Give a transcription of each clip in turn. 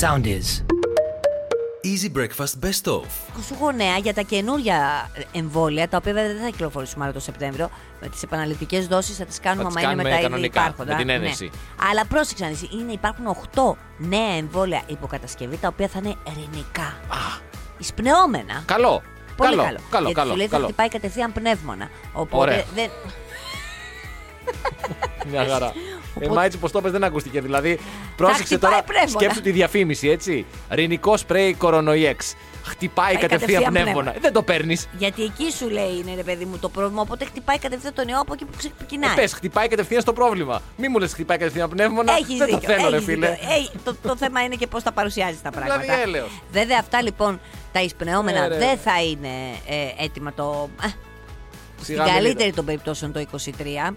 Sound is. Easy Breakfast Best Of. Σου νέα για τα καινούρια εμβόλια, τα οποία βέβαια δεν θα κυκλοφορήσουν μάλλον το Σεπτέμβριο. Με τις επαναληπτικές δόσεις θα τις κάνουμε Θα τις άμα είναι κάνουμε με τα ήδη κανονικά, υπάρχοντα. με την Ναι. ένεση. Αλλά πρόσεξε να δεις, είναι, υπάρχουν 8 νέα εμβόλια υποκατασκευή τα οποία θα είναι ερηνικά. Εισπνεώμενα. Καλό. Πολύ καλό. καλό. Καλό, Γιατί σου καλό. λέει θα καλό. χτυπάει κατευθείαν πνεύμονα. Οπότε Ωραία. δεν. Μια χαρά. Οπότε- Ε, μα έτσι πως το είπες δεν ακούστηκε. Δηλαδή, πρόσεξε χτυπάει τώρα. πνεύμονα. Σκέψου τη διαφήμιση, έτσι. Ρινικό σπρέι κορονοϊέξ. Χτυπάει κατευθείαν κατευθείαν πνεύμονα. πνεύμονα. Ε, Δεν το παίρνεις. Γιατί εκεί σου λέει είναι ρε παιδί μου το πρόβλημα. Οπότε χτυπάει κατευθείαν τον ιό από εκεί που ξεκινάει. Ε, Πες, χτυπάει κατευθείαν στο πρόβλημα. Μη μου λες χτυπάει κατευθείαν πνεύμονα. Έχεις δεν δίκιο. το θέλω, ρε έχεις φίλε. δίκιο. Ε, το, το θέμα είναι και πώς τα παρουσιάζεις τα Δηλαδή, πράγματα. έλεος. Βέβαια, αυτά λοιπόν τα εισπνεώμενα Ε, ρε. δεν θα είναι ε, έτοιμα το. α, Στην μην καλύτερη είναι. των περιπτώσεων το 23.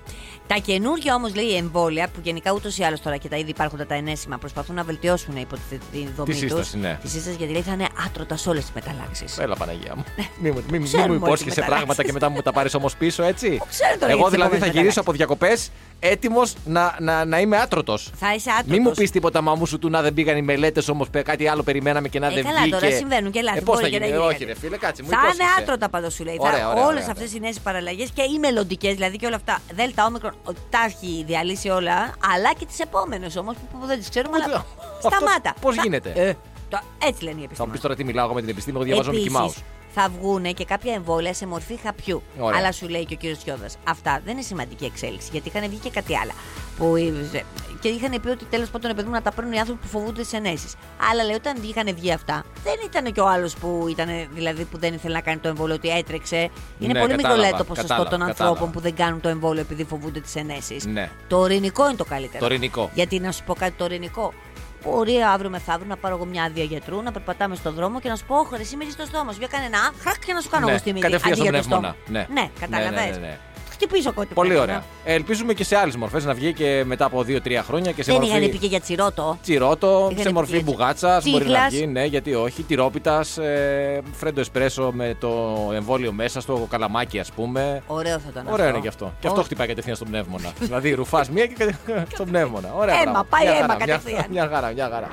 Τα καινούργια όμως λέει εμβόλια, που γενικά ούτως ή άλλως τώρα και τα ήδη υπάρχοντα τα ενέσιμα προσπαθούν να βελτιώσουν υπό τη, τη δομή του. σύσταση, ναι. Τη σύσταση, γιατί λέει θα είναι άτρωτας σε όλες τις μεταλλάξεις. Έλα Παναγία μου. Μη μου, μη, μη Ναι. Ξέρουμε μου ότι υπόσχεσαι μεταλλάξεις. πράγματα και μετά μου τα πάρεις όμως πίσω, έτσι. ξέρω τώρα Εγώ για τις δηλαδή θα επόμενες γυρίσω από διακοπές έτοιμος να, να, να είμαι άτρωτος. Θα είσαι άτρωτο. Μη μου πεις τίποτα μαμού σου του να δεν πήγαν οι μελέτες όμως κάτι άλλο περιμέναμε και να Ε, δεν καλά, βγήκε. τώρα συμβαίνουν και λάθη, Ε, πώς μπορεί θα και να γίνει. γίνει Όχι, κάτι. ρε φίλε, κάτσε μου. Θα είναι υπόσχεσαι. άτρωτα πάντω σου λέει. Ωραία, ωραία, Όλες ωραία, αυτές ωραία. οι νέες παραλλαγές και οι μελλοντικές, δηλαδή και όλα αυτά. Δέλτα, όμικρον, ο- τα έχει διαλύσει όλα, αλλά και τις επόμενες όμως που, που δεν τις ξέρουμε. Αλλά... Αυτό Σταμάτα. πώς Θα- γίνεται. Ε, το- Έτσι λένε οι Θα μου πεις επιστήμονες. τώρα τι μιλάω εγώ με την επιστήμη, εγώ διαβάζω Mickey Mouse. θα βγουν και κάποια εμβόλια σε μορφή χαπιού. Ωραία. Αλλά σου λέει και ο κύριος Τσιόδα. Αυτά δεν είναι σημαντική εξέλιξη, γιατί είχαν βγει και κάτι άλλα. Που... ε, Και είχαν πει ότι τέλος πάντων επειδή να τα παίρνουν οι άνθρωποι που φοβούνται τις ενέσεις. Αλλά λέει, όταν είχαν βγει αυτά, δεν ήταν και ο άλλος που, ήταν, δηλαδή, που δεν ήθελε να κάνει το εμβόλιο, ότι έτρεξε. Είναι Ναι, πολύ κατάλαβα, μικρό λέει, το ποσοστό κατάλαβα, των κατάλαβα. ανθρώπων που δεν κάνουν το εμβόλιο επειδή φοβούνται τις ενέσεις. Ναι. Το ειρηνικό είναι το καλύτερο. Το ειρηνικό. Γιατί να σου πω κάτι το ειρηνικό. Μπορεί αύριο μεθαύριο να πάρω εγώ μια άδεια γιατρού, να περπατάμε στον δρόμο και να σου πω: Όχι, εσύ στο στόμα σου. Για κάνε ένα χρακ και να σου κάνω Ναι, εγώ στη μύτη. κατευθείαν αντί στον για το πνεύμονα. στόμα. Ναι. ναι κατάλαβες. Ναι, ναι, ναι, ναι. Χτυπήσω κόκκινο. Πολύ ωραία. Ε, Ελπίζουμε και σε άλλες μορφές να βγει και μετά από 2-3 χρόνια και σε Δεν είχαν πει μορφή. και για τσιρότο. Τσιρότο, Είχαν σε πει μορφή έτσι. μπουγάτσας, μπορεί να Τσίγλας. βγει, ναι, γιατί όχι. Τυρόπιτας, ε, φρέντο εσπρέσο με το εμβόλιο μέσα στο καλαμάκι, ας πούμε. Ωραίο θα ήταν. Ωραίο είναι και αυτό. Και αυτό χτυπάει κατευθείαν στον πνεύμονα. δηλαδή, ρουφάς μία και κατε- στον πνεύμονα. Ωραία, Αίμα, μπράβο. πάει Μια αίμα χαρά, μια- κατευθείαν. Μια χαρά, μια χαρά.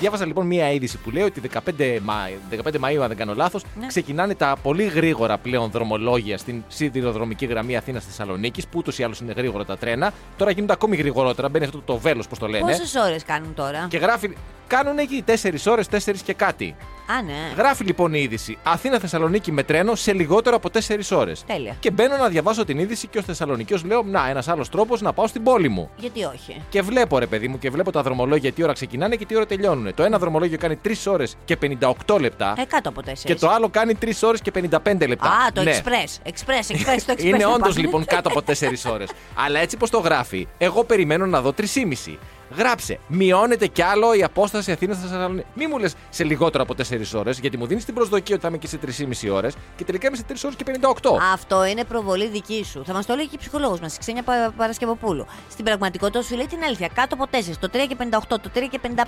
Διάβασα λοιπόν μία είδηση που λέει ότι 15, Μα... 15 Μαου, αν δεν κάνω λάθος, Ναι. ξεκινάνε τα πολύ γρήγορα πλέον δρομολόγια στην σιδηροδρομική γραμμή Αθήνα Θεσσαλονίκης, που ούτως ή άλλως είναι γρήγορα τα τρένα. Τώρα γίνονται ακόμη γρηγορότερα. Μπαίνει αυτό το βέλος, πώς το λένε. Πόσες ώρες κάνουν τώρα. ναι. Και γράφει. Κάνουν εκεί 4 ώρε, 4 και κάτι. Α, ναι. Γράφει λοιπόν η είδηση Αθήνα Θεσσαλονίκη με τρένο σε λιγότερο από 4 ώρες. Τέλεια. Και μπαίνω να διαβάσω την είδηση και ω Θεσσαλονικιό λέω: Να, ένας άλλος τρόπος να πάω στην πόλη μου. Γιατί όχι. Και βλέπω, ρε παιδί μου, και βλέπω τα δρομολόγια τι ώρα ξεκινάνε και τι ώρα τελειώνουν. Το ένα δρομολόγιο κάνει 3 ώρες και 58 λεπτά. Ε, κάτω από τέσσερις. Και το άλλο κάνει 3 ώρες και 55 λεπτά. Α, το Ναι. express. Express, express, το express. Είναι το όντως πάμε. λοιπόν κάτω από 4 ώρες. Αλλά έτσι πως το γράφει, εγώ περιμένω να δω 3,5. Γράψε, μειώνεται κι άλλο η απόσταση Αθήνας Θεσσαλονίκη. Μη μου λες σε λιγότερο από 4 ώρες, γιατί μου δίνεις την προσδοκία ότι θα είμαι και σε 3,5 ώρες και τελικά είμαι σε 3 ώρες και 58. Αυτό είναι προβολή δική σου. Θα μας το λέει και η ψυχολόγος μας, η Ξένια Πα- Παρασκευοπούλου. Στην πραγματικότητα σου λέει την αλήθεια. Κάτω από 4, το 3 και 58, το 3 και 55.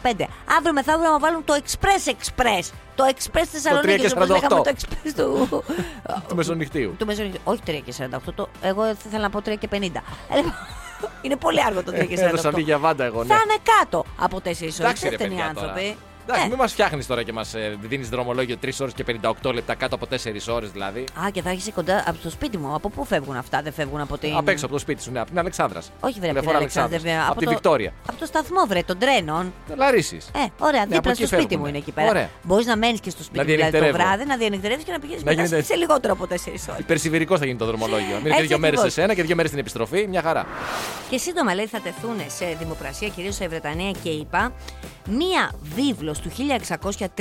Αύριο μεθαύριο να βάλουν το Express Express. Το Express Θεσσαλονίκη. και Όπω 48. λέγαμε το Express του. του μεσονυχτίου. του Μεσονυχτή. Όχι 3 και 48, το, εγώ θα ήθελα να πω 3 και 50. Ε, λοιπόν, είναι πολύ αργό το 3 και 48. Έδωσα αντί Ε, για βάντα εγώ, ναι. Θα είναι κάτω από 4 ώρε. Εντάξει, ρε Δεν οι παιδιά τώρα. άνθρωποι. Εντάξει, Ε. μην μας φτιάχνεις τώρα και μας δίνεις δρομολόγιο 3 ώρες και 58 λεπτά κάτω από 4 ώρες δηλαδή. Α, και θα έχεις κοντά από το σπίτι μου. Από πού φεύγουν αυτά, δεν φεύγουν από την. Απ' έξω από το σπίτι σου, ναι, από την Αλεξάνδρας. Όχι, βρε, από την Λεωφόρο Αλεξάνδρα. Αλεξάνδρας. βέβαια. Από, τη Βικτόρια. Από το σταθμό, βρε, των τρένων. Λαρίσι. Ε, ωραία, Ναι, από δίπλα εκεί στο σπίτι φεύγουνε. μου είναι εκεί πέρα. Ωραία. Μπορείς να μένεις και στο σπίτι Να μου δηλαδή, το διενυκτερεύω. βράδυ, να διανυκτερεύει και να πηγαίνεις Να μετά γίνεται- σε λιγότερο από 4 ώρε. Περσιβηρικό θα γίνει το δρομολόγιο. Έτσι Μείνει δύο μέρες σε ακριβώς. σένα και δύο μέρες στην επιστροφή. Μια χαρά. Και σύντομα λέει θα τεθούν σε δημοπρασία, κυρίως σε Βρετανία και ΗΠΑ, μία βίβλος του 1631,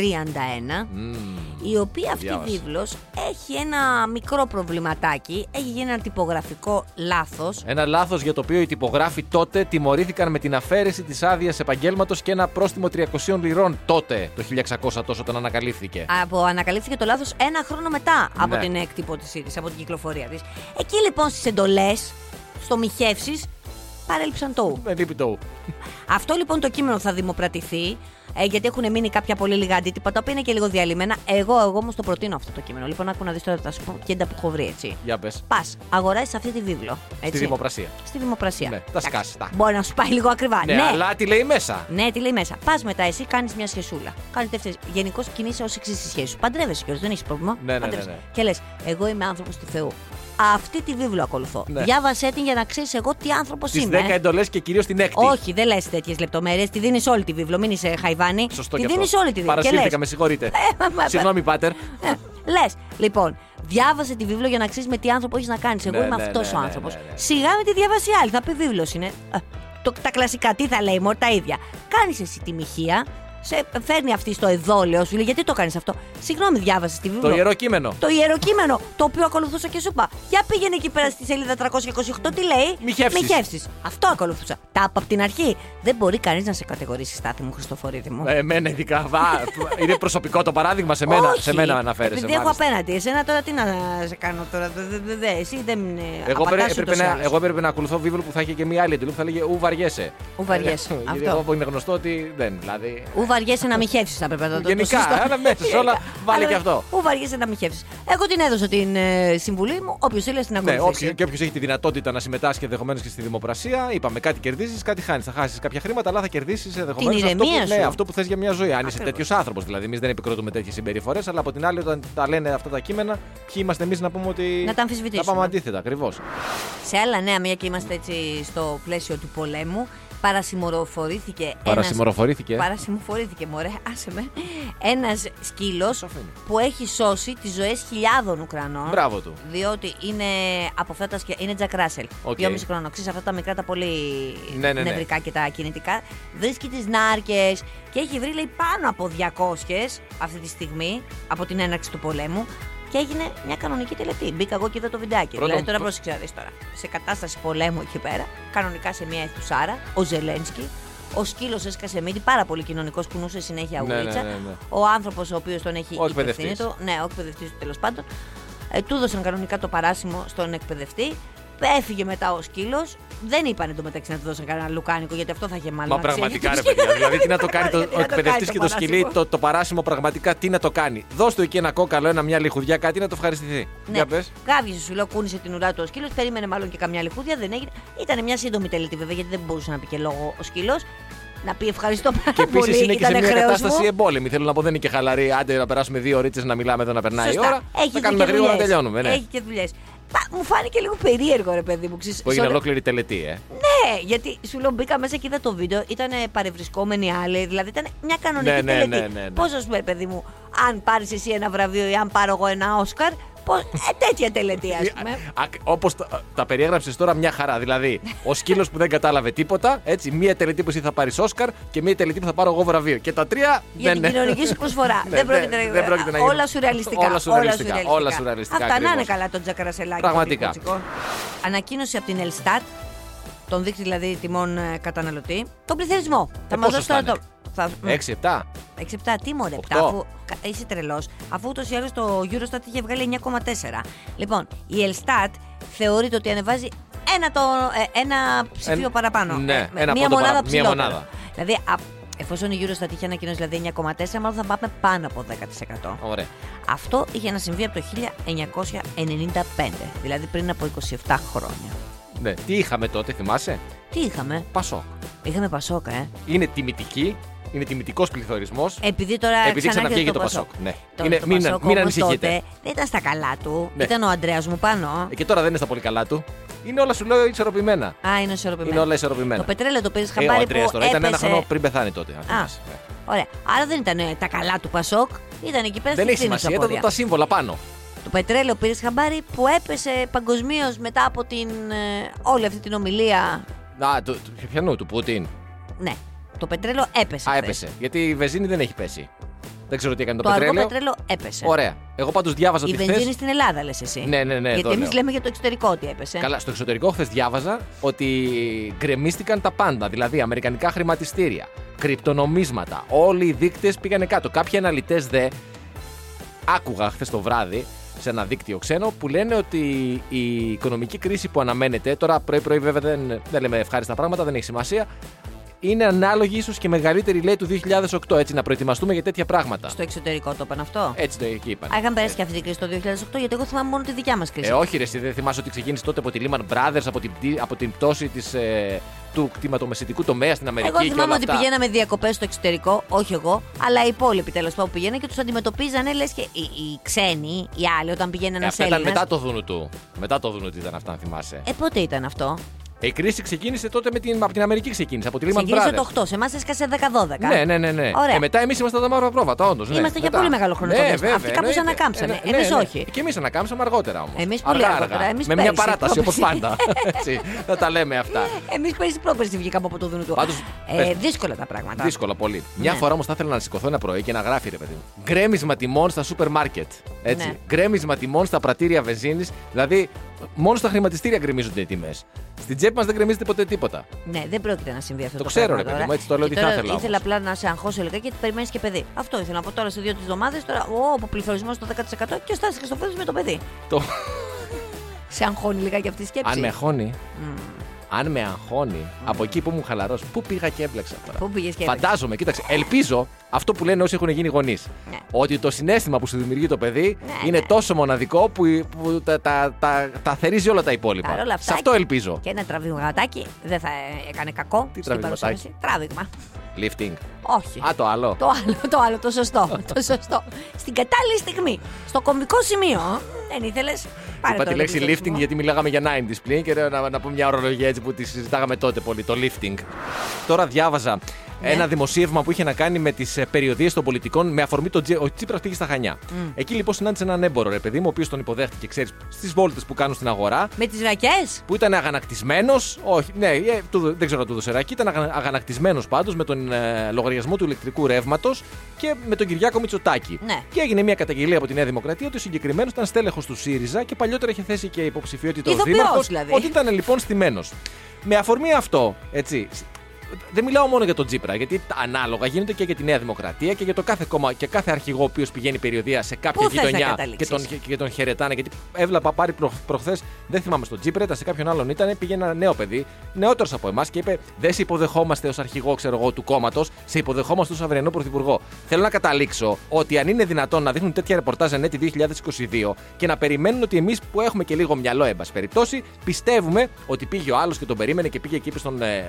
η οποία αυτή διάβασα. βίβλος έχει ένα μικρό προβληματάκι. Έχει γίνει ένα τυπογραφικό λάθος. Ένα λάθος για το οποίο οι τυπογράφοι τότε τιμωρήθηκαν με την αφαίρεση της άδειας επαγγέλματος και ένα πρόστιμο 300 λιρών τότε, το 1600 τόσο όταν ανακαλύφθηκε. Από, ανακαλύφθηκε το λάθος ένα χρόνο μετά από Ναι. την εκτύπωσή τη, από την κυκλοφορία της. Εκεί λοιπόν στις εντολές, στο μοιχεύσεις, παρέλειψαν το ου. Δεν λείπει το ου. Αυτό λοιπόν το κείμενο θα δημοπρατηθεί Ε, γιατί έχουν μείνει κάποια πολύ λίγα αντίτυπα τα οποία είναι και λίγο διαλυμένα. Εγώ, εγώ όμως το προτείνω αυτό το κείμενο. Λοιπόν, άκου να δεις τώρα τα σου πω κέντα που έχω βρει έτσι. Για πες. Πας, αγοράζεις αυτή τη βίβλο. Έτσι. Στη δημοπρασία. Στη δημοπρασία. Ναι, τα Εντάξει, σκάσεις τα. Μπορεί να σου πάει λίγο ακριβά. Ναι, ναι, αλλά τι λέει μέσα. τι λέει μέσα. Πας μετά εσύ, κάνεις μια σχεσούλα. Κάνεις δεύτερη. Γενικώς κινείσαι ως εξής στη σχέση σου. Παντρεύεσαι κιόλας, δεν έχεις πρόβλημα. ναι, ναι, Παντρεύεσαι. ναι. Και λες, εγώ είμαι άνθρωπος του Θεού. Αυτή τη βίβλο ακολουθώ. Ναι. Διάβασέ την για να ξέρεις εγώ τι άνθρωπος Στι 10 είμαι. ε. εντολές και κυρίως την 6η. Όχι, δεν λες τέτοιες λεπτομέρειες. Τη δίνεις όλη τη βίβλο. Μην είσαι χαϊβάνη. Σωστό τη και δίνεις αυτό. όλη τη βίβλο. Και λες, Ε, Παρασύρθηκα, με συγχωρείτε. Συγγνώμη, πάτερ. Λε, Ε, λοιπόν, διάβασε τη βίβλο για να ξέρεις με τι άνθρωπο έχεις να κάνεις. Εγώ Ναι, είμαι ναι, αυτός ναι, ο ναι, άνθρωπος. ναι, ναι, ναι. Σιγά με τη διαβάσει άλλη. Θα πει βίβλος είναι. Ε, Το, τα κλασικά, τι θα λέει, μόνο τα ίδια. Κάνεις εσύ τη μοιχεία, σε φέρνει αυτή στο εδόλαιο σου, λέει γιατί το κάνεις αυτό. Συγγνώμη, διάβασες τη βίβλο. Το ιερό κείμενο. Το ιεροκείμενο, το οποίο ακολουθούσα και σου είπα. Για πήγαινε εκεί πέρα στη σελίδα 328, τι λέει. Μοιχεύσεις. Μοιχεύσεις. Αυτό ακολουθούσα. Τα είπα από την αρχή. Δεν μπορεί κανείς να σε κατηγορήσει, Στάθη μου, Χριστοφορίδη μου. Ε, Εμένα ειδικά. Βα, είναι προσωπικό το παράδειγμα σε μένα. Όχι. Σε μένα αναφέρεσαι. Επειδή έχω μάλιστα. απέναντι. Εσένα τώρα τι να σε κάνω τώρα. Δε, δε, δε, δε, εσύ δεν. Εγώ, απαντάς έπρεπε- ούτως έπρεπε ή να, άλλως. εγώ έπρεπε να ακολουθώ βίβλο που θα είχε και μία άλλη εντολή που θα λέγε Ου βαριέσαι. Ου βαριέσαι, Ε, γιατί αυτό. Εγώ που είναι γνωστό ότι δεν. Δηλαδή. Ου βαριέσαι να μοιχεύσει, θα πρέπει να το- το Γενικά, το σύστημα. αλλά μέσα σε όλα Γενικά. βάλε Αλλά και αυτό. Ου βαριέσαι να μοιχεύσει. Εγώ την έδωσα την ε, συμβουλή μου, όποιος ήλιο την Ναι, ακολουθήσει. όποιος, και όποιος έχει τη δυνατότητα να συμμετάσχει ενδεχομένως και στη δημοπρασία, είπαμε κάτι κερδίζεις, κάτι χάνεις. Θα χάσεις κάποια χρήματα, αλλά θα κερδίσει ενδεχομένως Την αυτό, ηρεμία που- ναι, σου. αυτό που θες για μια ζωή. Αν είσαι Ακριβώς. τέτοιος άνθρωπος, δηλαδή, εμείς δεν επικροτούμε τέτοιες συμπεριφορές, αλλά από την άλλη, όταν τα λένε αυτά τα κείμενα, ποιοι είμαστε εμείς να πούμε ότι. Να τα αμφισβητήσουμε. Να πάμε αντίθετα, ακριβώς. Σε άλλα νέα, μια και είμαστε έτσι στο πλαίσιο του πολέμου, παρασημοροφορήθηκε. ένας- Παρασημοροφορήθηκε. Παρασημοφορήθηκε, μωρέ, άσε με. Ένας σκύλος Σαφή είναι. που έχει σώσει τις ζωές χιλιάδων Ουκρανών. Μπράβο του. Διότι είναι από αυτά τα σκε- είναι Jack Russell. Οκ. 2,5 χρόνο. Ξέρεις, αυτά τα μικρά, τα πολύ Ναι, ναι, ναι. νευρικά και τα κινητικά. Βρίσκει τις νάρκες και έχει βρει λέει, πάνω από 200 αυτή τη στιγμή από την έναρξη του πολέμου. Και έγινε μια κανονική τελετή. Μπήκα εγώ και είδα το βιντεάκι. Πρώτον- δηλαδή τώρα πρόσεξε να δεις τώρα. Σε κατάσταση πολέμου εκεί πέρα, κανονικά σε μια αιθουσάρα, ο Ζελένσκι, ο σκύλος έσκασε μύτη, πάρα πολύ κοινωνικός, κουνούσε συνέχεια Ναι, ναι, ουρίτσα. ναι, ναι. Ο άνθρωπος ο οποίος τον έχει Ο υπευθύνη εκπαιδευτής. του, ναι, ο εκπαιδευτής του τέλος πάντων. Ε, του έδωσαν κανονικά το παράσημο στον εκπαιδευτή. Έφυγε μετά ο σκύλος. Δεν είπαν εντωμεταξύ να του δώσαν κανένα λουκάνικο γιατί αυτό θα είχε μάλλον. Μα αξία πραγματικά για ρε τον σκύλο. παιδιά. Δηλαδή τι να το κάνει το, Γιατί ο να το εκπαιδευτής και το παράσημο. σκυλί, το, το παράσημο πραγματικά τι να το κάνει. Δώσ' του εκεί ένα κόκαλο, ένα μια λιχουδιά, κάτι να το ευχαριστηθεί. Ναι. Για πες. Γάβγισε, σου λέω, κούνησε την ουρά του ο σκύλος. Περίμενε μάλλον και καμιά λιχούδια. Δεν έγινε. Ήταν μια σύντομη τελετή βέβαια γιατί δεν μπορούσε να πει και λόγο ο σκύλος. Να πει ευχαριστώ πάρα Και πολύ. επίση είναι και σε Ήτανε μια χρέος κατάσταση μου. εμπόλεμη. Θέλω να πω, δεν είναι και χαλαρή. Άντε να περάσουμε δύο ώρες να μιλάμε εδώ να περνάει η ώρα. Έχει θα κάνουμε και γρήγορα να δουλειές. τελειώνουμε. Ναι. Έχει και δουλειές. Μου φάνηκε λίγο περίεργο ρε παιδί μου. ξέρεις, Που σε έγινε όλα- ολόκληρη τελετή, ε. Ναι, γιατί σου λέω μπήκα μέσα και είδα το βίντεο, ήταν παρευρισκόμενοι άλλοι, δηλαδή ήταν μια κανονική Ναι, ναι, τελετή. ναι, ναι, ναι. Πώς ας πούμε, παιδί μου, αν πάρεις εσύ ένα βραβείο ή αν πάρω εγώ ένα Όσκαρ, πώς, ε, τέτοια τελετή ας πούμε. Όπως τα, τα περιέγραψες τώρα, μια χαρά. Δηλαδή, ο σκύλος που δεν κατάλαβε τίποτα, έτσι, μία τελετή που εσύ θα πάρεις Όσκαρ και μία τελετή που θα πάρω εγώ βραβείο. Και τα τρία Για δεν την κοινωνική σου προσφορά. δεν, πρόκειται, να- ναι. δεν πρόκειται να γίνει. Όλα σουρεαλιστικά. Όλα σουρεαλιστικά. Όλα σουρεαλιστικά, Αυτά να είναι ακριβώς. καλά τον Τζακαρασελάκη. Πραγματικά. τον Κουτσικό. Ανακοίνωση από την Ελστάτ, τον δείκτη δηλαδή τιμών ε, καταναλωτή, τον πληθωρισμό. θα μας Ε, πόσο δώσει τώρα θα το. Θα... Έξι, επτά. 6-7, τι μωρέ, 7, Οκτώ. αφού κα- είσαι τρελός, αφού ούτως ή άλλως το Eurostat είχε βγάλει 9,4. Λοιπόν, η Elstat θεωρείται ότι ανεβάζει ένα, το, ε, ένα ψηφίο Εν- παραπάνω. ναι, Ε, με- ένα μία πόντο μονάδα παρα- μία ψηλότερα. μονάδα. Δηλαδή, α, εφόσον η Eurostat είχε ανακοινώσει δηλαδή 9,4, μάλλον θα πάμε πάνω από 10%. Ωραία. Αυτό είχε να συμβεί από το 1995, δηλαδή πριν από 27 χρόνια. Ναι. Τι είχαμε τότε, θυμάσαι. Τι είχαμε, Πασό. είχαμε Πασόκα, ε. Είναι τιμητική. Είναι τιμητικός πληθωρισμός. Επειδή τώρα Επειδή ξανά ξαναβγήκε το το Πασόκ. Ναι. Το, Είναι- το μην- Πασόκ μην όμως ανησυχείτε. τότε δεν ήταν στα καλά του. Ναι. Ήταν ο Αντρέα μου πάνω. Ε, Και τώρα δεν είναι στα πολύ καλά του. Είναι όλα σου λέω ισορροπημένα. Α, είναι ισορροπημένο. Είναι όλα ισορροπημένα. Το πετρέλαιο το πήρες Ε, ο χαμπάρι Αντρέας που τώρα ήταν ένα έπεσε. χρόνο πριν πεθάνει τότε. αν θυμάσαι. Ναι. Ωραία. Άρα δεν ήταν ε, τα καλά του Πασόκ. Ήταν εκεί πέρα Δεν στη έχει φθήνουσα σημασία, ήταν πορεία. τα σύμβολα πάνω. Το πετρέλαιο πήρες χαμπάρι που έπεσε παγκοσμίως μετά από την, ε, όλη αυτή την ομιλία. Α, του, του πιανού, του Πούτιν. Ναι. Το πετρέλαιο έπεσε. Α, χθες. έπεσε. Γιατί η βενζίνη δεν έχει πέσει. Δεν ξέρω τι έκανε το, Το αργό πετρέλαιο. πετρέλαιο έπεσε. Ωραία. Εγώ πάντως διάβαζα Η ότι βενζίνη χθες. στην Ελλάδα, λες εσύ. Ναι, ναι, ναι, εδώ Γιατί εμείς λέω. λέμε για το εξωτερικό ότι έπεσε. Καλά, στο εξωτερικό χθες διάβαζα ότι γκρεμίστηκαν τα πάντα. Δηλαδή, αμερικανικά χρηματιστήρια, κρυπτονομίσματα, όλοι οι δείκτες πήγανε κάτω. Κάποιοι αναλυτές δε άκουγα χθες το βράδυ σε ένα δίκτυο ξένο που λένε ότι η οικονομική κρίση που αναμένεται. Τώρα πρωί-πρωί, βέβαια, δεν, δεν λέμε ευχάριστα πράγματα, δεν έχει σημασία. είναι ανάλογη ίσως και μεγαλύτερη, λέει, του 2008. Έτσι, να προετοιμαστούμε για τέτοια πράγματα. Στο εξωτερικό το είπαν αυτό. Έτσι το εκεί Ε, είπαν. Α, είχαν περάσει και αυτή την κρίση το 2008, γιατί εγώ θυμάμαι μόνο τη δικιά μας κρίση. Ε, όχι, ρε, εσύ δεν θυμάσαι ότι ξεκίνησε τότε από τη Lehman Brothers, από την, πτή- από την πτώση της, ε, του κτηματομεσητικού τομέα στην Αμερική Εγώ και όλα θυμάμαι ότι αυτά. πηγαίναμε διακοπές στο εξωτερικό, όχι εγώ, αλλά οι υπόλοιποι τέλος πάντων που πηγαίνανε και τους αντιμετωπίζανε, λες και οι, οι ξένοι, οι άλλοι, όταν πηγαίνει Ε, ένας αυτά ήταν Έλληνας. μετά το δούνου του. Μετά το δούνου του ήταν αυτά, αν θυμάσαι. Ε, Ε, πότε ήταν αυτό. Η κρίση ξεκίνησε τότε με την, από την Αμερική ξεκίνησε, από τη Lehman Ξεκίνησε Brothers. το 8, σε εμάς έσκασε 10-12. Ναι, ναι, ναι. ναι. Ωραία. Και μετά εμείς ήμασταν τα μαύρα πρόβατα, όντως. Ναι, Ήμασταν για μετά. πολύ μεγάλο χρονικό ναι, διάστημα. βέβαια, Αυτοί κάπως εννοείται. ανακάμψανε. Ε, ναι, Εμείς ναι. όχι. Και εμείς ανακάμψαμε αργότερα όμως. Εμείς πολύ αργότερα. Εμείς Με μια πέρυσι, παράταση όπως πρόπερσι. πάντα. Έτσι, να τα λέμε Ναι. αυτά. Εμείς Ε, πέρυσι πρόπερση βγήκαμε από το δούνο του. Πάντως, ε, πες. δύσκολα τα πράγματα. Δύσκολα πολύ. Μια Ναι. φορά όμως θα ήθελα να σηκωθώ ένα πρωί και να γράφει ρε παιδί μου. Γκρέμισμα τιμών στα σούπερ μάρκετ. Έτσι. Ναι. Γκρέμισμα τιμών στα πρατήρια βενζίνης. Δηλαδή, μόνο στα χρηματιστήρια γκρεμίζονται οι τιμές. Στην τσέπη μας δεν γκρεμίζεται ποτέ τίποτα. Ναι, δεν πρόκειται να συμβεί αυτό. Το Το, ξέρω, πράγμα ρε παιδί τώρα. μου, έτσι το λέω Και ότι θα τώρα ήθελα όμως. Ήθελα απλά να σε αγχώσω λίγα γιατί περιμένεις και παιδί. Αυτό ήθελα να πω τώρα σε δύο-τρει εβδομάδες. Τώρα ο αποπληθωρισμό στο 10% και στάσει και στο παιδί με το παιδί. Το... Σε αγχώνει λίγα και Mm. αυτή η σκέψη. Αν με αγχώνει. Αν με αγχώνει από εκεί που μου χαλαρός, πού πήγα και έμπλεξα τώρα. Πού πήγες και έμπλεξες. Φαντάζομαι, κοίταξε. Ελπίζω αυτό που λένε όσοι έχουν γίνει γονείς. Ναι. Ότι το συνέστημα που σου δημιουργεί το παιδί Ναι, είναι ναι. τόσο μοναδικό που, που τα, τα, τα, τα θερίζει όλα τα υπόλοιπα. Παρ' όλα λοιπόν. Σε αυτά- αυτό ελπίζω. Και ένα τραβηγματάκι δεν θα ε, έκανε κακό Τι στην τραβηγματάκι? παρουσίαση. Τράβηγμα. Lifting. Όχι. Α, το άλλο. Το άλλο, το άλλο, το σωστό. το σωστό. Στην κατάλληλη στιγμή. Στο κομβικό σημείο. ε, Δεν ήθελε. Είπα τη λέξη lifting γιατί μιλάγαμε για 90s πλήν και ρε, να, να πω μια ορολογία έτσι που τη συζητάγαμε τότε πολύ, το lifting. Τώρα διάβαζα ένα δημοσίευμα που είχε να κάνει με τις περιοδίες των πολιτικών με αφορμή το Τζι- ο Τσίπρας πήγε στα Χανιά. Εκεί λοιπόν συνάντησε έναν έμπορο ρε παιδί μου, ο οποίος τον υποδέχτηκε, ξέρεις, στις βόλτες που κάνουν στην αγορά. Με τις ρακές. Που ήταν αγανακτισμένος, όχι, ναι, ε, του δο- δεν ξέρω αν του δώσε ρακή, ήταν αγανακτισμένος πάντως με τον ε, λογαριασμό του ηλεκτρικού ρεύματος και με τον Κυριάκο Μητσοτάκη. Ναι. Και έγινε μια καταγγελία από τη Νέα Δημοκρατία ότι ο συγκεκριμένος ήταν στέλεχος του ΣΥΡΙΖΑ και παλιότερα είχε θέσει και υποψηφιότητα ω Ηθοποιός, δήμαρχος. δηλαδή. Ότι ήταν λοιπόν στημένος. Με αφορμή αυτό, έτσι. σ- Δεν μιλάω μόνο για τον Τζίπρα, γιατί τα ανάλογα γίνονται και για τη Νέα Δημοκρατία και για το κάθε κόμμα και κάθε αρχηγό ο οποίος πηγαίνει περιοδία σε κάποια Πού θες να γειτονιά και καταλήξεις? τον, και τον χαιρετάνε. Γιατί έβλεπα πάρει προ, προχθές, δεν θυμάμαι στον Τζίπρα, ήταν σε κάποιον άλλον ήταν, πήγε ένα νέο παιδί, νεότερος από εμάς και είπε: Δεν σε υποδεχόμαστε ως αρχηγό, ξέρω εγώ, του κόμματος, σε υποδεχόμαστε ως αυριανό πρωθυπουργό. Θέλω να καταλήξω ότι αν είναι δυνατόν να δείχνουν τέτοια ρεπορτάζ εν έτη 2022 και να περιμένουν ότι εμείς που έχουμε και λίγο μυαλό, εν πάση περιπτώσει, πιστεύουμε ότι πήγε ο άλλος και τον περίμενε και πήγε και είπε στον. ε, ε,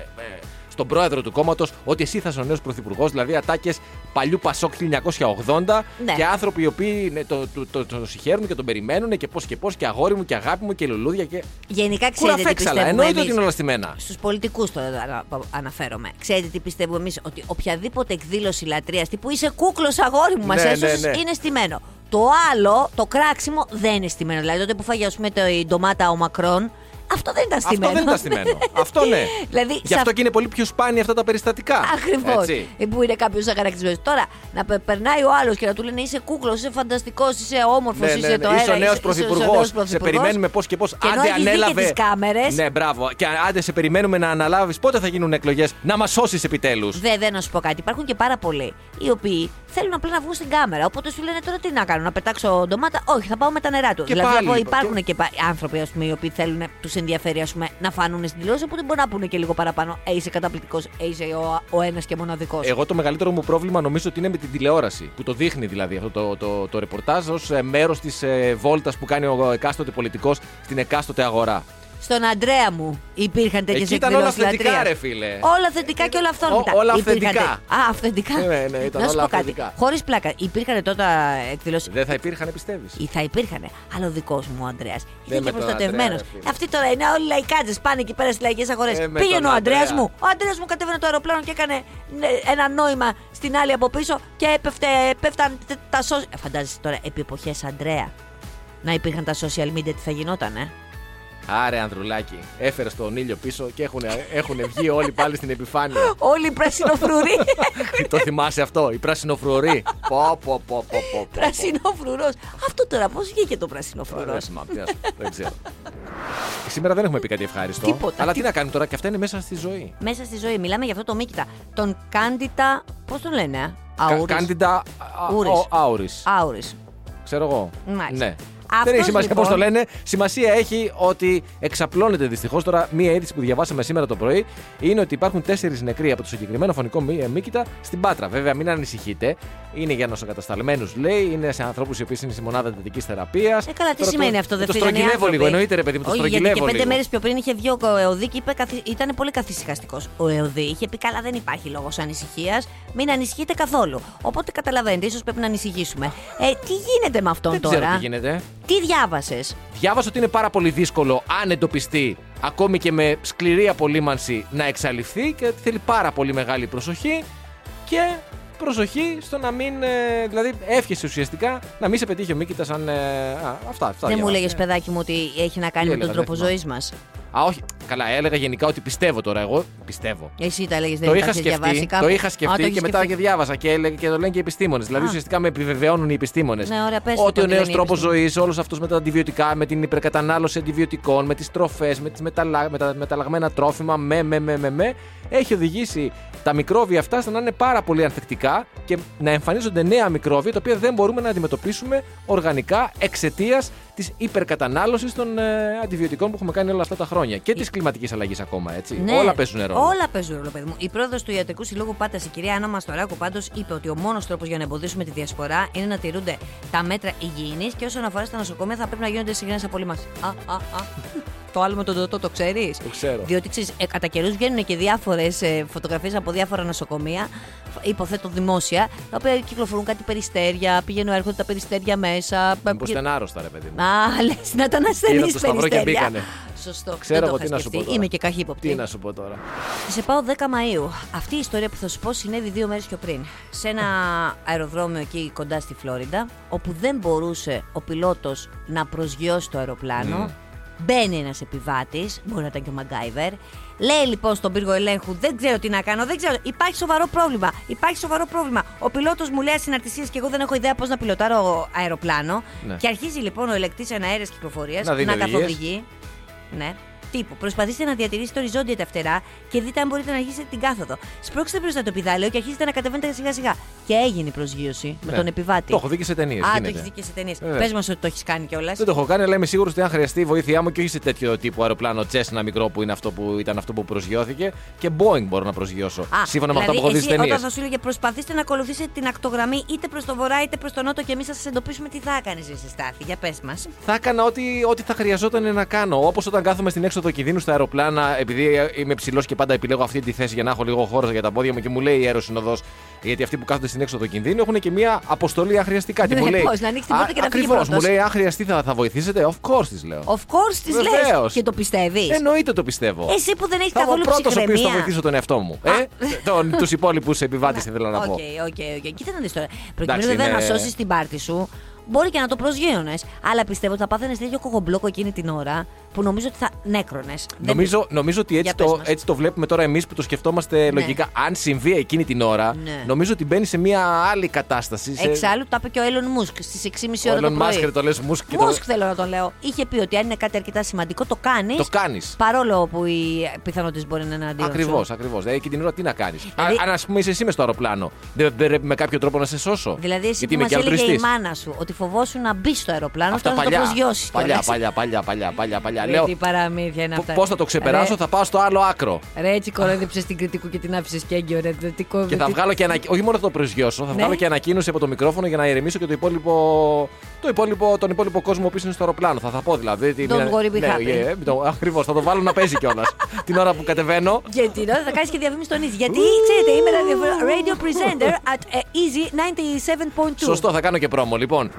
στον πρόεδρο του κόμματος ότι εσύ θα είσαι ο νέος πρωθυπουργός, δηλαδή ατάκες παλιού Πασόκ 1980 Ναι. και άνθρωποι οι οποίοι ναι, το, το, το, το συγχαίρουν και τον περιμένουν και πώς και πώς και αγόρι μου και αγάπη μου και λουλούδια και. Γενικά ξέρετε τι Κουραφέξαλα. πιστεύουμε Εννοείται ότι εμείς. είναι όλα στημένα. Στους πολιτικούς τώρα ανα- αναφέρομαι. Ξέρετε τι πιστεύουμε εμείς, ότι οποιαδήποτε εκδήλωση λατρείας τύπου είσαι κούκλος αγόρι μου, μας Ναι, ναι, έσωσε, ναι. είναι στημένο. Το άλλο, το κράξιμο, δεν είναι στημένο. Δηλαδή τότε που φάγε, ας πούμε, το, η ντομάτα ο Μακρόν, αυτό δεν ήταν στημένο. Αυτό δεν ήταν στημένο. αυτό ναι. Δηλαδή, Γι' σε αυτό αυ- και είναι πολύ πιο σπάνια αυτά τα περιστατικά. Ακριβώς. Έτσι. Που είναι κάποιος αγανακτισμένο. Τώρα να πε- περνάει ο άλλος και να του λένε είσαι κούκλος, είσαι φανταστικός, είσαι όμορφος, Ναι, ναι, είσαι ναι. το αέρα. Είσαι ο νέος είσαι- είσαι πρωθυπουργός. νέος Σε πρωθυπουργός. περιμένουμε πώς και πώς. Και ενώ έχεις δει και τις κάμερες. Ναι, μπράβο. Και άντε σε περιμένουμε να αναλάβεις πότε θα γίνουν εκλογές. Να μας σώσεις επιτέλους. Δε, δεν να σου πω κάτι. Υπάρχουν και πάρα πολλοί οι οποίοι θέλουν απλά να βγουν στην κάμερα. Οπότε σου λένε τώρα τι να κάνω, να πετάξω ντομάτα. Όχι, θα πάω με τα νερά τους. Και δηλαδή, πάλι, εγώ, υπάρχουν και, πα- άνθρωποι ας πούμε, οι οποίοι θέλουν, τους ενδιαφέρει ας πούμε, να φανούν στην τηλεόραση. Οπότε μπορεί να πούνε και λίγο παραπάνω. Ε, είσαι καταπληκτικός, ε, είσαι ο, ο ένας και μοναδικός. Εγώ το μεγαλύτερο μου πρόβλημα νομίζω ότι είναι με την τηλεόραση. Που το δείχνει δηλαδή αυτό το, το, το ρεπορτάζ ως μέρος της ε, βόλτας που κάνει ο εκάστοτε πολιτικός στην εκάστοτε αγορά. Στον Αντρέα μου υπήρχαν τέτοιες εκδηλώσει. Εκεί ήταν όλα θετικά, λατρείας. ρε φίλε. Όλα θετικά και όλα αυθόρμητα. Ο- όλα Υπήρχαν αυθεντικά. τε- Α, αυθεντικά. Ναι, ναι, ήταν να σου όλα πω κάτι. αυθεντικά. Χωρίς πλάκα. Υπήρχαν τότε εκδηλώσεις. Δεν θα υπήρχαν, πιστεύεις. Ή θα υπήρχαν. Αλλά ο δικό μου ο Αντρέας Ε, με ήταν και τον προστατευμένο. Ανδρέα, ρε φίλε. Αυτοί τώρα είναι όλοι λαϊκάτζε. Πάνε εκεί πέρα στις λαϊκές αγορές. Ε, με τον Πήγαινε ο Αντρέα Ανδρέα. μου. Ο Αντρέας μου κατέβαινε το αεροπλάνο και έκανε ναι, ένα νόημα στην άλλη από πίσω και έπεφτε, πέφταν τε- τα social. Ε, Φαντάζεσαι τώρα επί εποχές Αντρέα να υπήρχαν τα social media τι θα γινόταν, ε. Άρε, Ανδρουλάκη, έφερε τον ήλιο πίσω και έχουν, έχουν βγει όλοι πάλι στην επιφάνεια. Όλοι οι πρασινοφρουροί. το θυμάσαι αυτό, η πράσινοφρουρή. πω, πω, πω, πω, πω. Πρασινοφρουρός. Αυτό τώρα πώς βγήκε το πρασινοφρουρός. Δεν θυμάμαι, τι να σου πω, δεν ξέρω. Σήμερα δεν έχουμε πει κάτι ευχάριστο. Τίποτα. Αλλά τι να κάνουμε τώρα, και αυτά είναι μέσα στη ζωή. Μέσα στη ζωή μιλάμε για αυτό το μήκητα. Τον Κάντιτα. Πώς τον λένε, ε? Κα- Αούρις. Κάντιντα Ούρης. Άουρης. Άουρης. Ξέρω εγώ. Μάλιστα. Ναι. Δεν έχει Αυτός, σημασία λοιπόν- πώς το λένε. Σημασία έχει ότι εξαπλώνεται δυστυχώς. Τώρα, μία είδηση που διαβάσαμε σήμερα το πρωί είναι ότι υπάρχουν τέσσερις νεκροί από το συγκεκριμένο φωνικό μη- ε, μύκητα στην Πάτρα. Βέβαια, μην ανησυχείτε. Είναι για νοσοκατασταλμένου, λέει. Είναι σε ανθρώπους οι οποίοι είναι στη μονάδα εντατική θεραπείας. Ε, καλά, τι σημαίνει αυτό, δεν Το φύγανε οι στρογγυλεύω λίγο, άνθρωποι. εννοείται, ρε παιδί μου, το Όχι, γιατί και στρογγυλεύω πέντε λίγο. μέρες πιο πριν είχε βγει ο ΕΟΔΗ και είπε, καθυ... ήταν πολύ καθησυχαστικός. Ο ΕΟΔΗ είχε πει: Καλά, δεν υπάρχει λόγος ανησυχίας, μην ανησυχείτε καθόλου. Οπότε καταλαβαίνετε, ίσως πρέπει να ανησυχήσουμε. Ε, τι γίνεται με αυτόν Δεν τώρα, ξέρω τι γίνεται. τι διάβασες. Διάβασα ότι είναι πάρα πολύ δύσκολο αν εντοπιστεί ακόμη και με σκληρή απολύμανση να εξαλειφθεί και ότι θέλει πάρα πολύ μεγάλη προσοχή και προσοχή στο να μην. ε, δηλαδή, εύχεσαι ουσιαστικά να μην σε πετύχει ο Μίκητας αν. ε, α, αυτά, αυτά. Δεν μου διάβασα. λέγε, παιδάκι μου, ότι έχει να κάνει Τι με τον έλεγα, τρόπο δεν θυμάμαι. ζωής μας. Α, όχι. Καλά, έλεγα γενικά ότι πιστεύω τώρα. Εγώ πιστεύω. Εσύ τα λέγε, δεν το τα είχα έχεις διαβάσει σκεφτεί, κάπου. το είχα Α, σκεφτεί το και έχεις μετά και σκεφτεί. διάβασα και, έλεγε, και το λένε και οι επιστήμονες. Δηλαδή, Α. ουσιαστικά με επιβεβαιώνουν οι επιστήμονες. Ναι, ωραία, πες το Ότι ο ότι νέο λένε οι τρόπο ζωή, επιστήμονες. όλο αυτό με τα αντιβιωτικά, με την υπερκατανάλωση αντιβιωτικών, με τις τροφές, με, τις μεταλλα... με τα μεταλλαγμένα τρόφιμα, με, με, με, με, με, έχει οδηγήσει τα μικρόβια αυτά στο να είναι πάρα πολύ ανθεκτικά και να εμφανίζονται νέα μικρόβια τα οποία δεν μπορούμε να αντιμετωπίσουμε οργανικά εξαιτίας της υπερκατανάλωσης των ε, αντιβιωτικών που έχουμε κάνει όλα αυτά τα χρόνια και της κλιματικής αλλαγής ακόμα, έτσι. Ναι, όλα παίζουν ρόλο. Όλα παίζουν ρόλο, παιδί μου. Η πρόεδρο του Ιατρικού Συλλόγου Πάτα, η κυρία Άννα Μαστοράκου, πάντως είπε ότι ο μόνος τρόπος για να εμποδίσουμε τη διασπορά είναι να τηρούνται τα μέτρα υγιεινής και όσον αφορά στα νοσοκομεία θα πρέπει να γίνονται συχνέ απολύμασει. Α, α, α. το άλλο με τον τοτό το ξέρεις. Το ξέρω. Διότι ξέρεις, ε, κατά καιρούς βγαίνουν και διάφορες ε, φωτογραφίες από διάφορα νοσοκομεία, φ- υποθέτω δημόσια, τα οποία κυκλοφορούν κάτι περιστέρια, πηγαίνουν έρχονται τα περιστέρια μέσα. Μήπως ήταν άρρωστα, ρε παιδί μου. Α, λες να ήταν ασθενή Είδα το σταυρό και περιστέρια. μπήκανε. Σωστό. Δεν Ξέρω το εγώ είχα τι να σου σκεφτεί. πω. Τώρα. Είμαι και καχύποπτη. Τι να σου πω τώρα. Σε πάω 10 Μαΐου. Αυτή η ιστορία που θα σου πω συνέβη δύο μέρες πιο πριν. Σε ένα αεροδρόμιο εκεί κοντά στη Φλόριντα, όπου δεν μπορούσε ο πιλότος να προσγειώσει το Ναι. αεροπλάνο. Μπαίνει ένας επιβάτης, μπορεί να ήταν και ο Μαγκάιβερ. Λέει λοιπόν στον πύργο ελέγχου: Δεν ξέρω τι να κάνω, δεν ξέρω. Υπάρχει σοβαρό πρόβλημα. Υπάρχει σοβαρό πρόβλημα. Ο πιλότος μου λέει συναρτησίε και εγώ δεν έχω ιδέα πώς να πιλωτάρω αεροπλάνο. Ναι. Και αρχίζει λοιπόν ο ελεκτή εναέρεια κυκλοφορίας Να δίνει να οδηγίες. καθοδηγεί. Ναι. Τύπου. Προσπαθήστε να διατηρήσετε οριζόντια τα φτερά και δείτε αν μπορείτε να αρχίσετε την κάθοδο. Σπρώξτε μπροστά το πιδάλαιο και αρχίζετε να κατεβαίνετε σιγά σιγά. Και έγινε η προσγείωση με Ναι. τον επιβάτη. Το έχω δει και σε ταινίες. Α, το έχεις δει και σε ταινίες. Βέβαια. Πες μας ότι το έχεις κάνει κιόλας. Ε. Δεν το έχω κάνει, αλλά είμαι σίγουρος ότι αν χρειαστεί η βοήθειά μου και όχι σε τέτοιο τύπο αεροπλάνο τσες, ένα μικρό που, είναι αυτό που ήταν αυτό που προσγειώθηκε και Boeing μπορώ να προσγειώσω. Σύμφωνα με αυτά που έχω δει στις ταινίες. δηλαδή Όταν θα σου έλεγε προσπαθήστε να ακολουθήσετε την ακτογραμμή είτε προς το βορρά είτε προς το νότο και εμείς θα σας εντοπίσουμε τι θα έκανε εσύ στάθη. Για πες μας. Θα έκανα ό,τι, ό,τι θα χρειαζόταν να κάνω. Όπως όταν κάθομαι στην έξοδο κινδύνου στα αεροπλάνα, επειδή είμαι ψηλός και πάντα επιλέγω αυτή τη θέση για να έχω λίγο χώρος για τα πόδια μου και μου λέει η αεροσυνοδός, γιατί αυτοί που κάθονται στην έξοδο κινδύνου έχουν και μία αποστολή αν χρειαστεί κάτι. Ναι, μου λέει, πώς, να ανοίξει την πόρτα «Α, και να φύγει ακριβώς, μου πρώτος». λέει, αν χρειαστεί θα, θα βοηθήσετε. Of course της λέω. Of course της λες Βεβαίως. και το πιστεύεις. Εννοείται το πιστεύω. Εσύ που δεν έχεις Θα είμαι ο καθόλου πρώτο ο οποίος θα ψυχραιμία. βοηθήσω τον εαυτό μου. Ε? Τους υπόλοιπους επιβάτες ήθελα να πω. Οκ, οκ, οκ. Κοίτα να δεις τώρα. Προκειμένου Εντάξει, βέβαια να είναι- σώσεις την πάρτη σου, μπορεί και να το προσγείωνες. Αλλά πιστεύω ότι θα πάθαινες τέτοιο κοκομπλόκο εκείνη την ώρα που νομίζω ότι θα νέκρονες. Νομίζω, νομίζω ότι έτσι Για πες το, μας. έτσι το βλέπουμε τώρα εμείς που το σκεφτόμαστε λογικά. Αν συμβεί εκείνη την ώρα, Ναι. νομίζω ότι μπαίνει σε μια άλλη κατάσταση. Σε... Εξάλλου τα είπε και ο Έλλον Μουσκ στι 6.30 Ο ώρα το Elon Musk πρωί. ρε, το λες Musk και Μουσκ το, θέλω να τον λέω. Είχε πει ότι αν είναι κάτι αρκετά σημαντικό το κάνεις. το κάνεις. Παρόλο που οι πιθανότητες μπορεί να είναι εναντίον. σου. Ακριβώς, ακριβώς. Δηλαδή και την ώρα τι να κάνεις. Δηλαδή- Αν ας πούμε είσαι εσύ μες στο αεροπλάνο, δεν δεν πρέπει με κάποιο τρόπο να σε σώσω. Δηλαδή, εσύ Γιατί που είμαι μας και έλεγε η αλτρουιστής. μάνα σου ότι φοβόσουν να μπει στο αεροπλάνο, Αυτά τώρα θα το παλιά. προσγειώσει. Παλιά, παλιά, παλιά, παλιά, παλιά, παλιά. Λέω Τι παραμύθια είναι αυτά. πώς θα το ξεπεράσω, Ρε- θα πάω στο άλλο άκρο. Ρε, έτσι κορόιδεψε την κριτικού και την άφησες και έγκυο, ρε. δε- Τι κο- Και θα τι- βγάλω και ανακοίνωση. Όχι μόνο θα το προσγειώσω, θα Ναι. βγάλω και ανακοίνωση από το μικρόφωνο για να ηρεμήσω και το υπόλοιπο, το υπόλοιπο, τον υπόλοιπο κόσμο που είναι στο αεροπλάνο. Θα, θα πω δηλαδή. τι- Don't worry, be happy. Ακριβώς, θα το βάλω να παίζει κιόλας. Την ώρα που κατεβαίνω. Γιατί ναι, θα κάνεις και διαφήμιση στον Easy. Γιατί ξέρετε, είμαι ραδιοφωνο- radio presenter at ε, Easy 97.2. Σωστό, θα κάνω και πρόμο. Λοιπόν,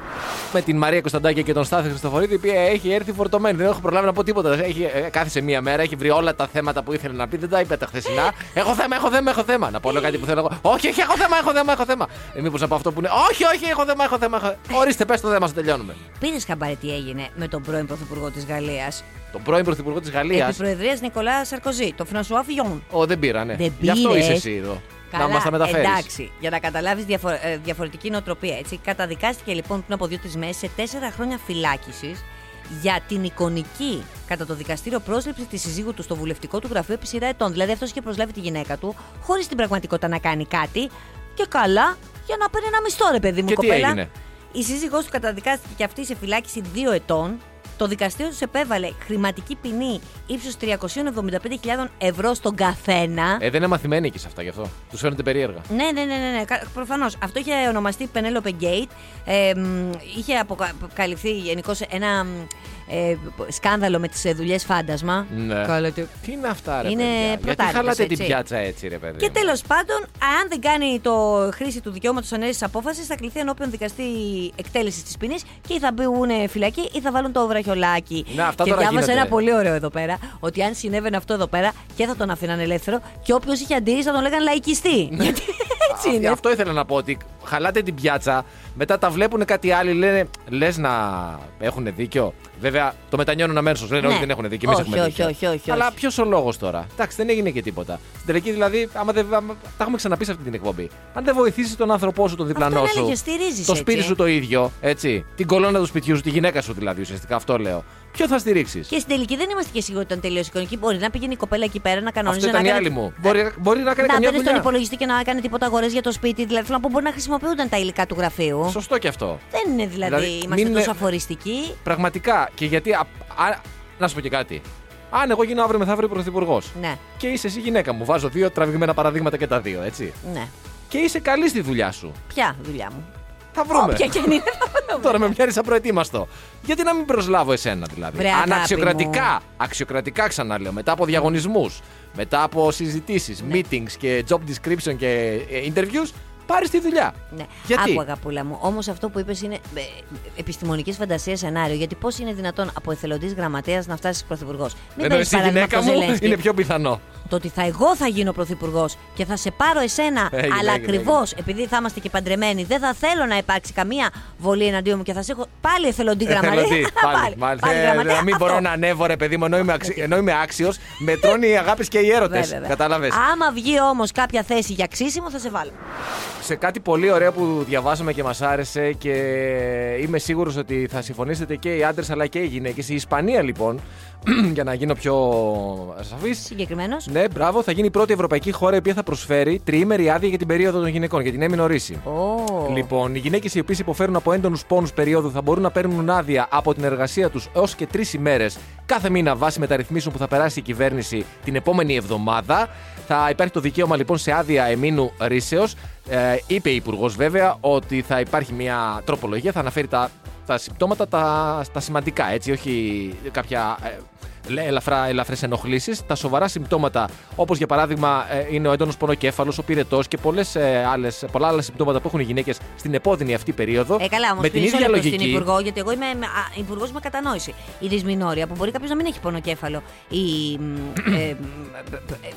με την Μαρία Κωνσταντάκια και τον Στάθη Χριστοφορίδη, η οποία έχει έρθει φορτωμένη. Δεν έχω προλάβει να πω τίποτα. Έχει, ε, κάθισε μία μέρα, έχει βρει όλα τα θέματα που ήθελε να πει. Δεν τα είπε τα χθεσινά. Έχω θέμα, έχω θέμα, έχω θέμα. Να πω λέω κάτι που θέλω εγώ. Όχι, όχι, έχω θέμα, έχω θέμα, έχω θέμα. Ε, Μήπως από αυτό που είναι. Όχι, όχι, έχω θέμα, έχω θέμα. έχω- Ορίστε, πες το θέμα, σου τελειώνουμε. Πήρε χαμπάρι τι έγινε με τον πρώην Πρωθυπουργό της Γαλλίας. Τον πρώην Πρωθυπουργό της Γαλλίας. Επί Προεδρίας Νικολά Σαρκοζή, τον Φρανσουά Φιόν. Ο, δεν πήρανε. Δεν Γι' αυτό πήρες. είσαι εσύ εδώ. Καλά, να μας τα μεταφέρεις. Εντάξει, για να καταλάβεις διαφορετική νοοτροπία. Έτσι. Καταδικάστηκε λοιπόν πριν από δύο-τρει μέρες σε τέσσερα χρόνια φυλάκισης για την εικονική κατά το δικαστήριο πρόσληψη της συζύγου του στο βουλευτικό του γραφείο επί σειρά ετών. Δηλαδή αυτός είχε προσλάβει τη γυναίκα του, χωρίς στην πραγματικότητα να κάνει κάτι και καλά για να παίρνει ένα μισθό, ρε παιδί μου, Και τι κοπέλα. έγινε? Η σύζυγός του καταδικάστηκε και αυτή σε φυλάκιση δύο ετών. Το δικαστήριο τους επέβαλε χρηματική ποινή ύψους 375.000 ευρώ στον καθένα. Ε, δεν είναι μαθημένοι εκεί σε αυτά γι' αυτό. Τους φαίνονται περίεργα. Ναι, ναι, ναι, ναι, ναι. προφανώς. Αυτό είχε ονομαστεί Penelope Gate. Ε, μ, είχε αποκαλυφθεί γενικώς ένα ε, σκάνδαλο με τις δουλειές φάντασμα. Ναι. Καλά, τι- Τι είναι αυτά, ρε Είναι παιδιά. Γιατί πρωτάρικες, χαλάτε έτσι. την πιάτσα έτσι, ρε παιδί. Και μου. τέλος πάντων, αν δεν κάνει το χρήση του δικαιώματος ανέρεση απόφασης, θα κληθεί ενώπιον δικαστή εκτέλεσης της ποινής και ή θα μπουν φυλακή ή θα βάλουν το βραχιολάκι. Να, Ναι, αυτά και τώρα διάβασα γίνεται. ένα πολύ ωραίο εδώ πέρα ότι αν συνέβαινε αυτό εδώ πέρα και θα τον αφήναν ελεύθερο και όποιος είχε αντίρρηση θα τον λέγανε λαϊκιστή. Γιατί Ναι. Α, έτσι είναι. Αυτό ήθελα να πω ότι χαλάτε την πιάτσα, μετά τα βλέπουν κάτι άλλοι, λένε λες να έχουν δίκιο. Βέβαια το μετανιώνουν αμέσως. Λένε Ναι. όχι δεν έχουν δίκιο. Εμείς Όχι, έχουμε όχι, δίκιο. όχι, όχι, όχι. Αλλά ποιος ο λόγος τώρα. Εντάξει, δεν έγινε και τίποτα. Στην τελική δηλαδή, άμα δεν. άμα- τα έχουμε ξαναπεί σε αυτή την εκπομπή. Αν δεν βοηθήσεις τον άνθρωπό σου, τον διπλανό Αυτό έλεγε, σου. στηρίζεις το έτσι. ε. σπίτι σου το ίδιο, έτσι. Την κολόνα του σπιτιού σου, τη γυναίκα σου δηλαδή ουσιαστικά αυτό λέω. Ποιο θα στηρίξεις. Και στην τελική δεν είμαστε και σίγουροι ότι ήταν τελείως οικονομική. Μπορεί να πηγαίνει η κοπέλα εκεί πέρα να Αυτό κανονίζει. ήταν να η κάνει- άλλη μου. Μπορεί, μπορεί να κάνει Να καμιά παίρνει τον δουλειά. υπολογιστή και να κάνει τίποτα αγορές για το σπίτι. Δηλαδή, θέλω να πω, μπορεί να χρησιμοποιούνταν τα υλικά του γραφείου. Σωστό και αυτό. Δεν είναι δηλαδή, Δηλαδή, είμαστε μην τόσο είναι- αφοριστικοί. Πραγματικά. Και γιατί. α- α- να σου πω και κάτι. Αν εγώ γίνω αύριο μεθαύριο πρωθυπουργός. Ναι, Και είσαι εσύ γυναίκα μου. Βάζω δύο τραβηγμένα παραδείγματα και τα δύο, έτσι. ναι. Και είσαι καλή στη δουλειά σου. Ποια δουλειά μου. Θα βρούμε. Όποια και αν είναι. Τώρα με πιάνει απροετοίμαστο. Γιατί να μην προσλάβω εσένα δηλαδή. Βρε, αγάπη Αν μου. αξιοκρατικά, αξιοκρατικά ξαναλέω, μετά από διαγωνισμούς, μετά από συζητήσεις, Ναι. meetings και job description και ε, interviews, πάρεις τη δουλειά. Ναι. Γιατί? Άκου, αγαπούλα μου. Όμως αυτό που είπες είναι επιστημονικής φαντασίας σενάριο. Γιατί πώς είναι δυνατόν από εθελοντής γραμματέας να φτάσεις πρωθυπουργός. Μην Ενώ παίρνει εσύ παράδειγμα από γυναίκα τον μου Ζελένσκι. είναι πιο πιθανό. Το ότι θα εγώ θα γίνω πρωθυπουργός και θα σε πάρω εσένα, Έγινε, αλλά έγινε, ακριβώς επειδή θα είμαστε και παντρεμένοι, δεν θα θέλω να υπάρξει καμία βολή εναντίον μου και θα σε έχω πάλι εθελοντή γραμματέα. Ε, Εθελοντή, δηλαδή, πάλι. πάλι, Μάλιστα. πάλι Ε, γραμματέα. να μην Αυτό. μπορώ να ανέβω, ρε παιδί μου, ενώ είμαι, αξι... ενώ είμαι άξιος, με τρώνε οι αγάπης και οι έρωτες. Βέβαια. Κατάλαβες. Άμα βγει όμως κάποια θέση για ξύσιμο, θα σε βάλω. Σε κάτι πολύ ωραίο που διαβάσαμε και μας άρεσε και είμαι σίγουρος ότι θα συμφωνήσετε και οι άντρες αλλά και οι γυναίκες. Η Ισπανία λοιπόν, για να γίνω πιο σαφής. Συγκεκριμένος. Ναι, μπράβο, θα γίνει η πρώτη ευρωπαϊκή χώρα η οποία θα προσφέρει τριήμερη άδεια για την περίοδο των γυναικών, για την έμεινο ρίση. Ω. Λοιπόν, οι γυναίκες οι οποίες υποφέρουν από έντονους πόνους περίοδου θα μπορούν να παίρνουν άδεια από την εργασία τους έως και τρεις ημέρες κάθε μήνα βάσει μεταρρυθμίσεων που θα περάσει η κυβέρνηση την επόμενη εβδομάδα. Θα υπάρχει το δικαίωμα λοιπόν σε άδεια εμήνου ρήσεω. Ε, είπε η Υπουργός βέβαια ότι θα υπάρχει μια τροπολογία, θα αναφέρει τα, τα συμπτώματα τα, τα σημαντικά, έτσι, όχι κάποια ε, λέ- ελαφρά, ελαφρές ενοχλήσεις. Τα σοβαρά συμπτώματα, όπως για παράδειγμα ε, είναι ο έντονος πονοκέφαλος, ο πυρετός και πολλές, ε, άλλες, πολλά άλλα συμπτώματα που έχουν οι γυναίκες στην επώδυνη αυτή περίοδο. Ε, καλά, όμως με την ίδια Στην λογική. υπουργό, γιατί εγώ είμαι υπουργός με κατανόηση. Η δυσμηνόρια, που μπορεί κάποιος να μην έχει πονοκέφαλο ή μ, ε, μ,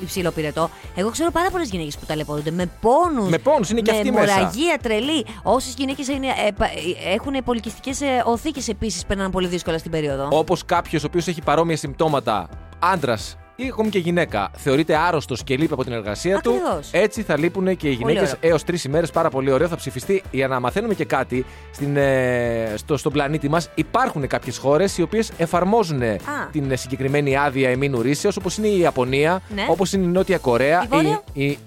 υψηλό πυρετό. Εγώ ξέρω πάρα πολλές γυναίκες που ταλαιπωρούνται με πόνους. Με πόνους, είναι και αυτή μέσα. τρελή. Όσες γυναίκες ε, έχουν πολικιστικέ οθήκες επίσης περνάνε πολύ δύσκολα στην περίοδο. Όπως κάποιος ο οποίος έχει παρόμοια συμπτώματα, άντρας ή ακόμη και γυναίκα, θεωρείται άρρωστος και λείπει από την εργασία Ακριβώς. του. Έτσι θα λείπουν και οι Πολύ γυναίκες ωραίο. έως τρεις ημέρες. Πάρα πολύ ωραίο. Θα ψηφιστεί για να μαθαίνουμε και κάτι στην, ε, στο, στον πλανήτη μας. Υπάρχουν κάποιες χώρες οι οποίες εφαρμόζουν ε, την συγκεκριμένη άδεια εμήνου ρήσεω, όπως είναι η Ιαπωνία, Ναι. όπως είναι η Νότια Κορέα, Η Βόρεια? η, η, η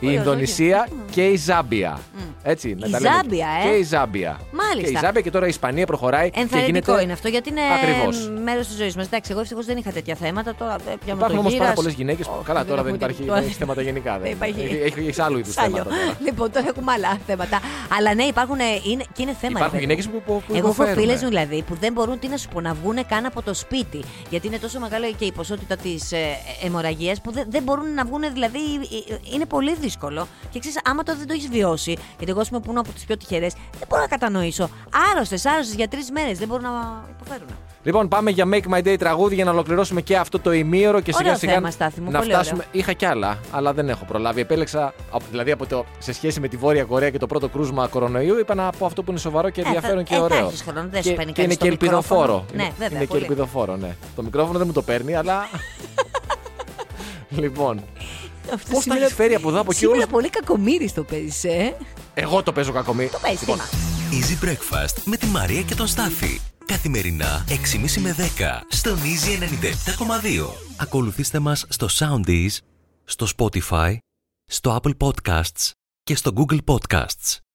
Βόρεια, Ινδονησία Βόρεια. και η Ζάμπια. Έτσι, να Mm. Η τα λέμε. Ζάμπια, ε. Και η Ζάμπια. Μάλιστα. Και η Ζάμπια και τώρα η Ισπανία προχωράει. και Ενθαρρυντικό γίνεται- είναι αυτό, γιατί είναι Ακριβώς. μέρος της ζωής μας. Εντάξει, εγώ ευτυχώς δεν είχα τέτοια θέματα. Τώρα ε, πια με Υπάρχουν το όμως γύρας. πάρα πολλές γυναίκες. Όχι, Καλά, τώρα δεν έχουμε υπάρχει τίποτα. δεν έχει θέματα γενικά. Δεν υπάρχει. Έχει άλλου είδους Σάλιο. θέματα. τώρα. Λοιπόν, τώρα έχουμε άλλα θέματα. Αλλά ναι, υπάρχουν. ε, Είναι, και είναι θέμα. Υπάρχουν ρε παιδί. γυναίκε που, που, που Εγώ έχω υποφέρουν. ναι. φίλε δηλαδή που δεν μπορούν τι να σου πω, να βγουν καν από το σπίτι. Γιατί είναι τόσο μεγάλη και η ποσότητα της ε, αιμορραγίας που δεν, δεν μπορούν να βγουν. Δηλαδή ε, ε, είναι πολύ δύσκολο. Και ξέρεις, άμα το δεν το έχεις βιώσει, γιατί εγώ είμαι που είμαι από τις πιο τυχερές, δεν μπορώ να κατανοήσω. Άρρωστες, άρρωστες για τρεις μέρες δεν μπορούν να υποφέρουν. Λοιπόν, πάμε για Make My Day τραγούδι για να ολοκληρώσουμε και αυτό το ημίωρο και Ωραίο σιγά σιγά θέμα, Στάθη μου, να πολύ φτάσουμε. Είχα κι άλλα, αλλά δεν έχω προλάβει. Επέλεξα, από- δηλαδή από το, σε σχέση με τη Βόρεια Κορέα και το πρώτο κρούσμα κορονοϊού, είπα να πω αυτό που είναι σοβαρό και Ε, ενδιαφέρον θα- και ε, θα ωραίο. έχεις χρόνο, δεν σου και, παίρνει και είναι κανείς το και ελπιδοφόρο. μικρόφωνο. Ναι, βέβαια, είναι και πολύ. ελπιδοφόρο, ναι. Το μικρόφωνο δεν μου το παίρνει, αλλά. λοιπόν, Αυτό Πώς τα σήμερα- έχεις φέρει από εδώ, από εκεί σήμερα όλους- πολύ κακομίρι το παίζει, ε. εγώ το παίζω κακομή. Το παίζει. Λοιπόν, Easy Breakfast με τη Μαρία και τον Στάφη. Καθημερινά 6.30 με 10 στον Easy 97.2. Ακολουθήστε μας στο Soundees, στο Spotify, στο Apple Podcasts και στο Google Podcasts.